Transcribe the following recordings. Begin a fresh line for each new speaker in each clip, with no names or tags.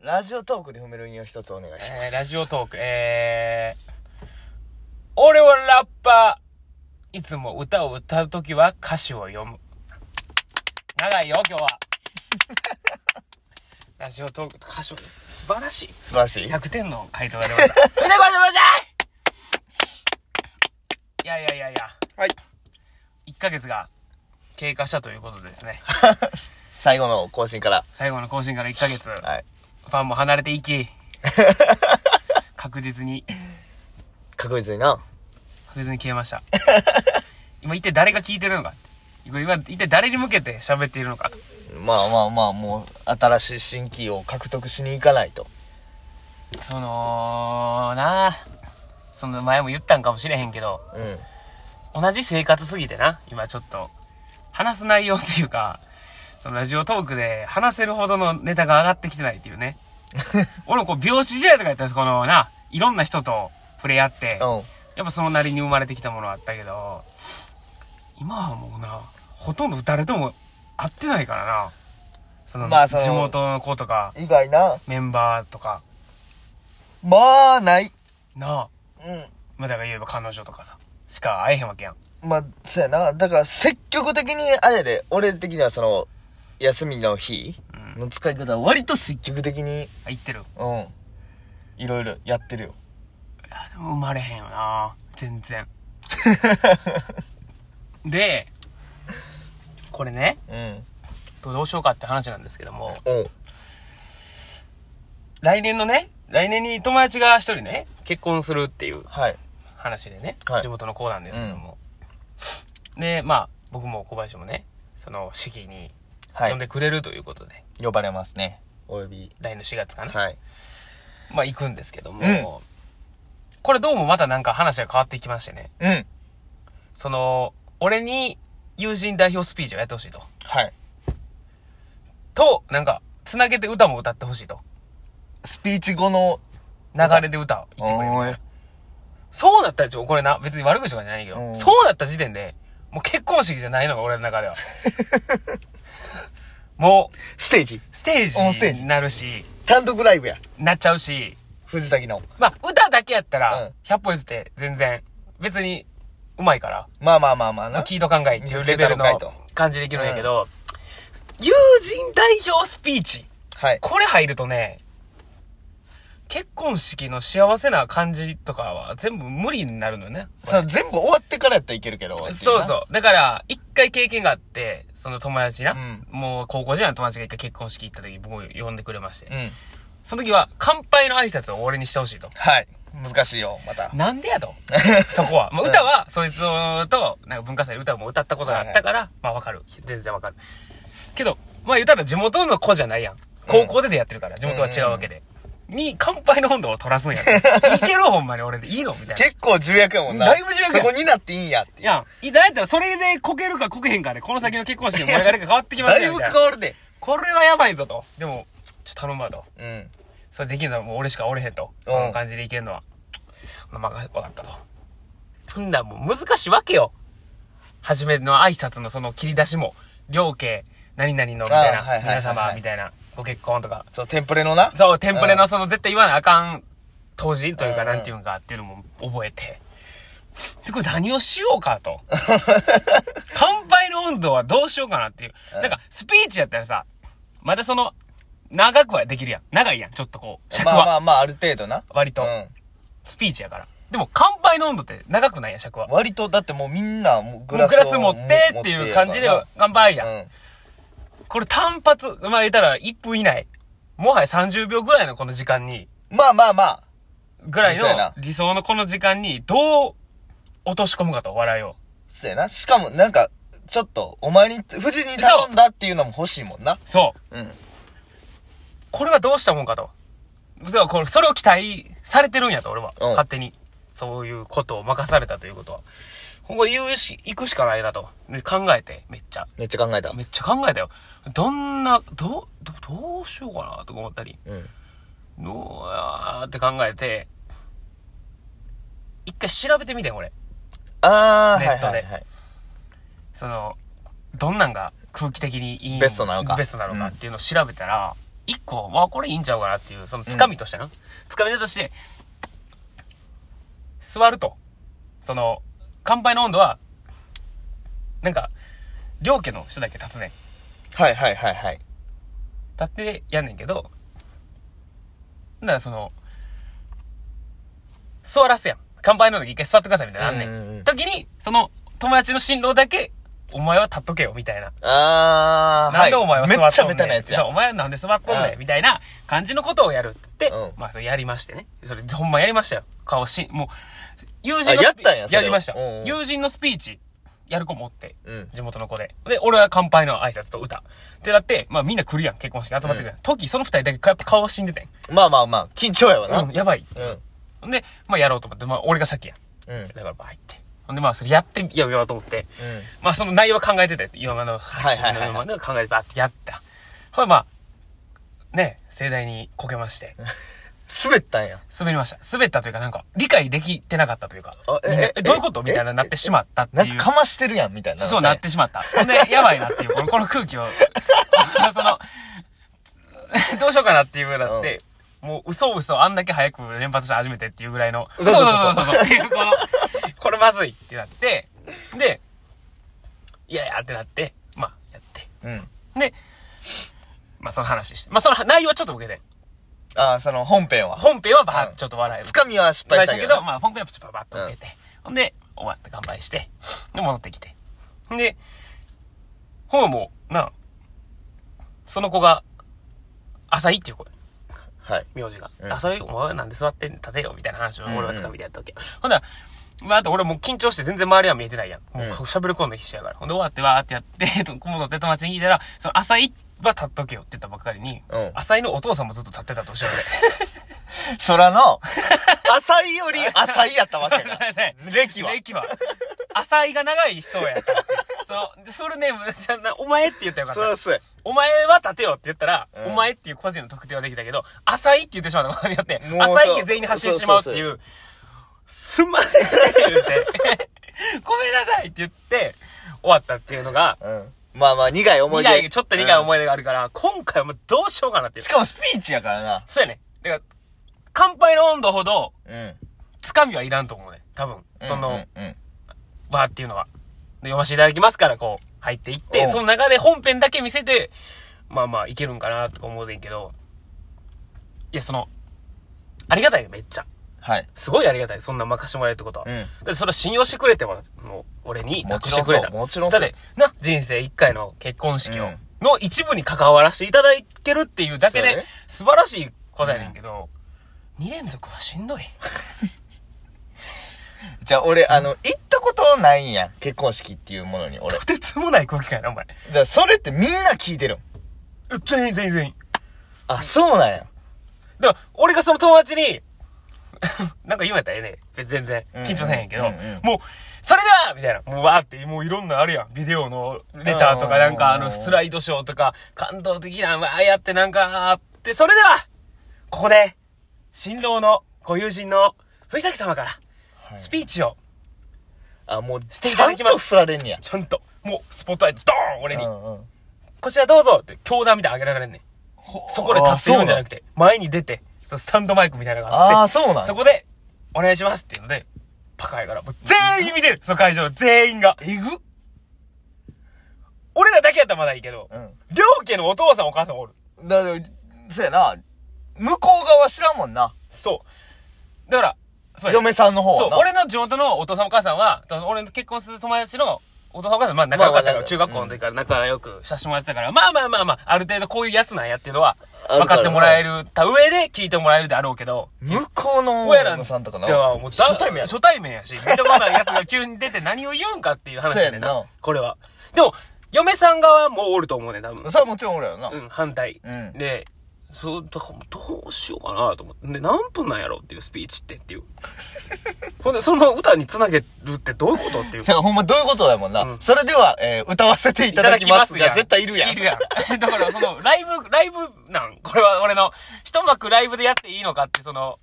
ラジオトークで褒める運用一つお願いしま
え
す。
ー、ラジオトーク、えー、俺はラッパー。いつも歌を歌うときは歌詞を読む。長いよ、今日は。 ラジオトーク、歌詞を、素晴らしい。
素晴らしい。
100点の回答が出ました。みんなごめんなさいいやいやいやいや、
はい。
1ヶ月が経過したということですね。
最後の更新から。
最後の更新から1ヶ月、フ
はい。
ァンも離れていき、確実に
確実にな。
確実に消えました 今一体誰が聞いてるのか今今一体誰に向けて喋っているのかと
まあまあまあ、もう、新しい新規を獲得しに行かないと。
そのなあその前も言ったんかもしれへんけど
うん。
同じ生活すぎてな今ちょっと話す内容っていうかそのラジオトークで話せるほどのネタが上がってきてないっていう ね俺もこう病死時代とかやったらこのないろんな人と触れ合って
うん。
やっぱそのなりに生まれてきたものはあったけど、今はもうな、ほとんど誰とも会ってないからな。その、
まあその
地元の子とか、
以外な。
メンバーとか、
まあ、ない。
なあ、
う
まあだから言えば彼女とかさ、しか会えへんわけやん。
ん。まあ、そうやな。だから、積極的に、あれやで、俺的にはその、休みの日
うん
の使い方は割と積極的に、
あ、行ってる。
うん。いろいろやってるよ。
いやでも生まれへんよな全 然。で、これね、
うん。
どどうしようかって話なんですけども、
おう。
来年のね、来年に友達が一人ね、結婚するっていう
はい。
話でね、
はい
地元の子なんですけども、でまあ僕も小林もねその式に
は
呼ん
い。
でくれるということで、
呼ばれますね。お呼び。
来年の4月かな、
はい。
まあ行くんですけども、
うん
これどうもまたなんか話が変わってきましてね
うん。
その俺に友人代表スピーチをやってほしいと
はい。
となんかつなげて歌も歌ってほしいと
スピーチ後の、
流れで歌を言ってくれるみたい
お
ないそうなったらちょこれな別に悪口とかじゃないけど、
うん
そうなった時点でもう結婚式じゃないのが俺の中 ではもう
ステージ。
ステ
オンステ
ー
ー
ジ
ジ
になるし、
単独ライブや。
なっちゃうし、
藤崎の。
まあ、歌だけやった
う
ら
ん、
100歩譲って全然、別に、うまいから、
まあまあまあまあ
まあ、
な。
聞いと考えっていうレベルの
見せつけたろかい
感じできるんやけど、友人代表スピーチ、
はい。
これ入るとね、結婚式の幸せな感じとかは全部無理になるのよね。
さあ、全部終わってからやったらいけるけど。
そう
う。
そう。だから、一回経験があって、その友達な、
うん
もう高校時代の友達が一回結婚式行った時、僕を呼んでくれまして、
うん。
その時は、乾杯の挨拶を俺にしてほしいと。
はい。難しいよ、また。
なんでやと。 そこは。まあ、歌は、そいつと、なんか文化祭で歌も歌ったことがあったから、まあわかる。全然わかる。けど、まあ言ったら地元の子じゃないやん。高校で出やってるから、地元は違うわけで。に、乾杯の温度を取らすんやつ。いけるほんまに俺でいいのみたいな。
結構重役やもんな。
だいぶ重役や
そこになっていいんやってい
い
う。
や、いだやったらそれでこけるかこけへんかで、この先の結婚式の盛り上がりが変わってきます
だい
よみ
ぶ
たい
変
な。
わるで。
これはやばいぞと。でも、ちょっと頼むわと。
うん。
それできるのはもう俺しかおれへんと。
うん
その感じでいけるのは。まあ、わかったと。ふんだらもう難しいわけよ。初めの挨拶のその切り出しも、両家、何々のみたい
あ
な、
ーはいはいはいは
皆
い
様みたいな、ご結婚とか。
そう、テンプレのな。
そう、テンプレのその絶対言わなあかん、当時というか
うんうん
なんていうんかっていうのも覚えて。で、これ何をしようか と。乾杯の温度はどうしようかなっていう。なんか、スピーチやったらさ、まだその、長くはできるやん。長いやん、ちょっとこう、尺は。
まあまあまあ、ある程度な。
割と
うん。
スピーチやから。でも乾杯の温度って長くないやん、尺は。も
割と、だってもうみんな、もう
う
グ
グラ
ラスを。
ス持ってっていう感じで
持って
乾杯や
やからな
ん。
うん。
これ単発、まあ言ったら1分以内、もはや30秒ぐらいのこの時間に、
まあまあまあ。
ぐらいの
そうやな
理想のこの時間にどう落とし込むかと笑いを。
そうやな。しかも、なんか、ちょっと、お前に、富士に頼んだっていうのも欲しいもんな。
そう。
うん。
これはどうしたもんかと。そうこれそれを期待されてるんやと、俺は。
うん
勝手に。そういうことを任されたということは。今後言うし、行くしかないなと。で考えて、めっちゃ。
めっちゃ考えた。
めっちゃ考えたよ。どんな、ど、ど、どうしようかなとか思ったり、
うん。
どうやーって考えて、一回調べてみてん、俺。
あー、
ネ
は
ッ
い
ト
は
で
いはい。
その、どんなんが空気的にいいの
ベストなのか
ベストなのかっていうのを調べたら、一個、わ、これいいんちゃうかなっていう、そのつかみとしてな。つかみ手として、座ると。その、乾杯の温度は、なんか、両家の人だけ立つねん。
はいはいはいはい。
立ってやんねんけど、ほんならその、座らすやん。乾杯の時一回座ってくださいみたいなのあんねん。
うんうんうん
時に、その、友達の新郎だけ、お前は立っとけよ、みたいな。
あー。
なんでお前は座
めっ
っ
ち
と
ゃ
ん
ベ
ねん
タなやつ
そう
や。
お前はなんで座っとんね
うん
んみたいな感じのことをやるって言って、
うん
まあ、それやりましてね。それ、ほんまやりましたよ。顔し、もう、友人
あ
の
やっ
スピ
たんやそれ
や
を
りました
うんうん。
友人のスピーチ、やる子もおって、
うん
地元の子で。で、俺は乾杯の挨拶と歌。ってなって、まあみんな来るやん、結婚式集まってくるやん。時、その二人だけかやっぱ顔死んでてん。
まあまあまあ、緊張やわな。う
うんん、。やばい。
うん。
んで、まあやろうと思って、まあ俺が先やん。
うん。
だからまあ入って。ほんでまあそれやってやめようと思って。まあその内容は考えてて、今までの話
はいはいはい
今までの考えてバーってやった。ほらまあ、ね、盛大にこけまして、
滑ったんや。
滑りました。滑ったというかなんか、理解できてなかったというか
あ、え
みん
え
な
え
えどういうことみたいななってしまったって
ないん
う
か。かましてるやん、みたいな。
そうなってしまった。ほんで、やばいなっていう、 このこの空気を、 その、 どうしようかなっていうぐらいだって、もう嘘嘘あんだけ早く連発して初めてっていうぐらいの、
嘘嘘嘘
そうそうっていう、 この、これまずいってなって、で、いやいやってなって、まあ、やっ
うん。
て。で、まあその話して。まあその内容はちょっと受けて。
あー、その本編は。
本編はばー
うん
っちょっと笑い。
つかみは失敗したけど。
まあ、本編はプチパパッと受けて。ほんで、終わって乾杯して、で、戻ってきて。ほんで、ほうもう、なあ、その子が、浅井っていう子、
はい。
名字が。
うん
浅井、お前なんで座ってん立てよ、みたいな話を俺はつかみでやったわけよ。ほんなら、まあ、あと俺もう緊張して全然周りは見えてないやん。もう喋ることの必死やから。ほんで終わってわーってやって、 と戻って友達に聞いたら、その浅井は立っとけよって言ったばっかりに、
うん
浅井のお父さんもずっと立ってたと後ろで。。
空の、浅いより浅いやったわけだ
ね
歴は。
歴は。浅井が長い人やったっていう。その、フルネーム、そんなお前って言ったらよか
そり
っ
ゃ
た。
そうや。
お前は立てよって言ったら、
うん
お前っていう個人の特定はできたけど、浅井って言ってしまったことによって
もう、そう
浅井家全員に発信してしまうっていう、すんませんって言って、 ごめんなさいって言って、終わったっていうのが、
うん。まあまあ、苦い思い
苦
出。
い、ちょっと苦い
い。
思い出があるから、今回はもうどうしようかなっていう
し。かもスピーチやからな。
そうやね。だから、乾杯の温度ほど、
うん。
つかみはいらんと思うね。多分。その、
うんうんうん。
わーっていうのは。で読ませていただきますから、こう、入っていっ
う
て、
ん
その中で本編だけ見せて、まあまあ、いけるんかな、とか思うねんけど、いや、その、ありがたいよ、めっちゃ。
はい。
すごいありがたい、そんな任してもらえるってことは。
うん
だってそれを信用してくれても、もう、俺に
も
託
ち
し
ろ
て
ん
くれた。
そうもちろんそ
だ
う
って、な、人生一回の結婚式を、
うん
の一部に関わらせていただけるっていうだけ
そうや
で
ね、
素晴らしいことやねんけど、二連続はしんどい。
じゃあ俺、あの、行ったことないんや。結婚式っていうものに、俺。だ
とてつもない空気感やな、お前。
からそれってみんな聞いてるん。
全員全員全員。
あ、そうなんや。
だから、俺がその友達に、 なんか言うんやったらええね。別に全然。緊張せへんやけど。
うんうんうんうん
もう、それではみたいな。もうわーって、もういろんなあるやん。ビデオのレターと
う
か、
ん
なんかあの、スライドショーとか、感動的な、わーやってなんかあって、それでは、ここで、新郎のご友人の藤崎様から、
はい
スピーチを、
あ、もう、
てい
ち
た
ゃ
だ
ん
きます
と振られんねや。
ちゃんと、もう、スポットライト、ドーン俺
う
に、
んうん。
こちらどうぞって、教団みたいなの上げられんねん。そこで立って言うんじゃなく
て。
て、前に出て、そうスタンドマイクみたいなのがあって、
あーそうなんや
そこで、お願いしますっていうので、パカやから、もう全員見てるその会場の全員が。
えぐ
俺らだけやったらまだいいけど、
う
両家のお父さんお母さんおる。
ん。だから、そうやな。向こう側知らんもんな。
そう。だから、そうや
嫁さんの方は
そう、
な。
俺の地元のお父さんお母さんは、その俺の結婚する友達のお父さんお母さん、まあ仲良かった
まあま
か
あ
ら、中学校の時から仲良くさせてもらってたから、まあまあまあまあ、ある程度こういうやつなんやっていうのは、
ある
分かってもらえる、た上で聞いてもらえるであろうけど、
向こうの
親なん
嫁さんとかな。
ではもうだ
初対面やろ
初対面やし、見たことない奴が急に出て何を言うんかっていう話だ
そうや
ね
ん
ん
な
な。これは。でも、嫁さん側もおると思うねん、多分。
それはもちろん俺やな。
うん、反対。
うん
で、そう、だからどうしようかなと思って。で、何分なんやろっていうスピーチってっていう。 ほんで、その歌につなげるってどういうことってい う
そ。うほんまどういうことだもんな
う。ん
それでは、えー歌わせていただきますが、絶対いるやん。
いるやん。 だから、その、ライブ、ライブなんこれは俺の、一幕ライブでやっていいのかって、その、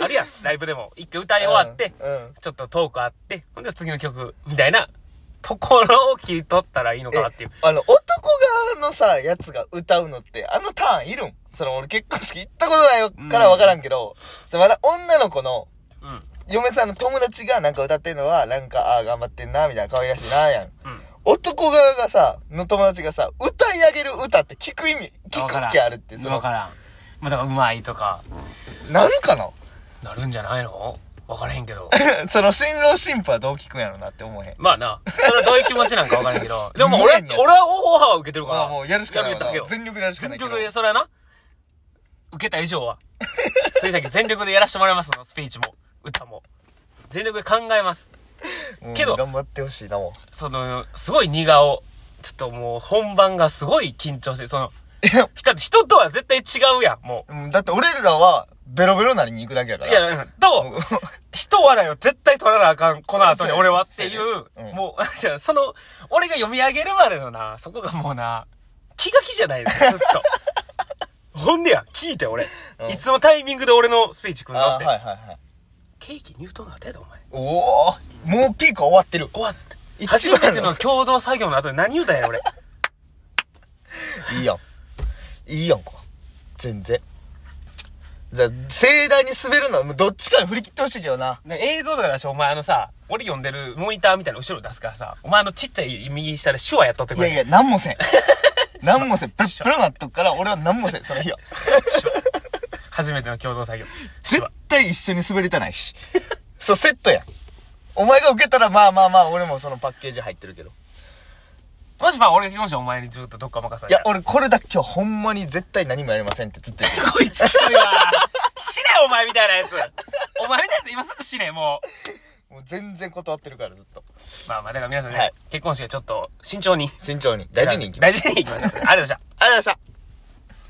あるやん、ライブでも。一回歌い終わって、
うんうん
ちょっとトークあって、ほんで次の曲、みたいな、ところを切り取ったらいいのかなっていう。
あの、男側のさ、やつが歌うのって、あのターンいるんその、俺結婚式行ったことないからわからんけど、そのまだ女の子の、
うん。うん。
嫁さんの友達がなんか歌ってんのは、なんか、ああー、頑張ってんな、みたいな可愛らしいな、やん。男側がさ、の友達がさ、歌い上げる歌って聞く意味、聞
わ
く
からん
気あるって、そ
わ
の、
からん。まあ、だからうまいとか、
なるかな
なるんじゃないのわからへんけど。
その、新郎新婦はどう聞くんやろなって思えへん。
まあな、それはどういう気持ちなんかわからん けど。でもまあ俺は
ニヤニヤす、る
俺はオファーは受けてるか
ま
ら。
あもうやるしかないわ
や
な
るだけよ
全力でやるしかな
全
いけど。
力で、それはな。受けた以 上は。藤崎全力でやらせてもらいますの、スピーチも、歌も。全力で考えます。
うん
けど
頑張ってほしいな、もう。
その、すごい苦顔。ちょっともう本番がすごい緊張して、その、人人とは絶対違うやん、も
うんだって俺らは、ベロベロなりに行くだけやか
う。
ら。
いや、と、人笑いを絶対取らなあかん、この後に俺はってい
そう
う
やねう、ん
もう、いやその、俺が読み上げるまでのな、そこがもうな、気が気じゃないですずっ と。ほんでや、聞いて俺
うん。
いつのタイミングで俺のスピーチ来るの
あ
っ
ー
て。
はいはいはい。
ケーキ入刀の後やで、お前。
おおもうピークは終わってる。
終わって。
一
初
番の
めての共同作業の後に何言うたんや、俺。
いいやん。いいやんか。全然。じゃあ、盛大に滑るのは、もうどっちかに振り切ってほしいけどな。
ね映像とかだし、お前あのさ、俺読んでるモニターみたいなの後ろ出すからさ、お前あのちっちゃい右下で手話やっとって
い
く
や
れ。
いや、なん もせん。なんもせん。ペロッペロなっとくから、俺はなんもせん。その日は。
初めての共同作業。手
絶
話。
対一緒に滑りたないし。そう、セットやん。お前が受けたら、まあまあまあ、俺もそのパッケージ入ってるけど。
もしまあ俺が結婚したらお前にずっとどっか任さ
い
れ
や
た、ら。
俺これだけはほんまに絶対何もやりませんってずっと言ってる。
こいつ死ぬわ。死ね、お前みたいなやつ。お前みたいなやつ今すぐ死ね、もう。
もう全然断ってるから、ずっと。
まあまあ、だから皆さんね、
はい
結婚式はちょっと慎重に。
慎重に。大事に行きま
大事に行きましょう。ありがとうございました。
ありがとうございました。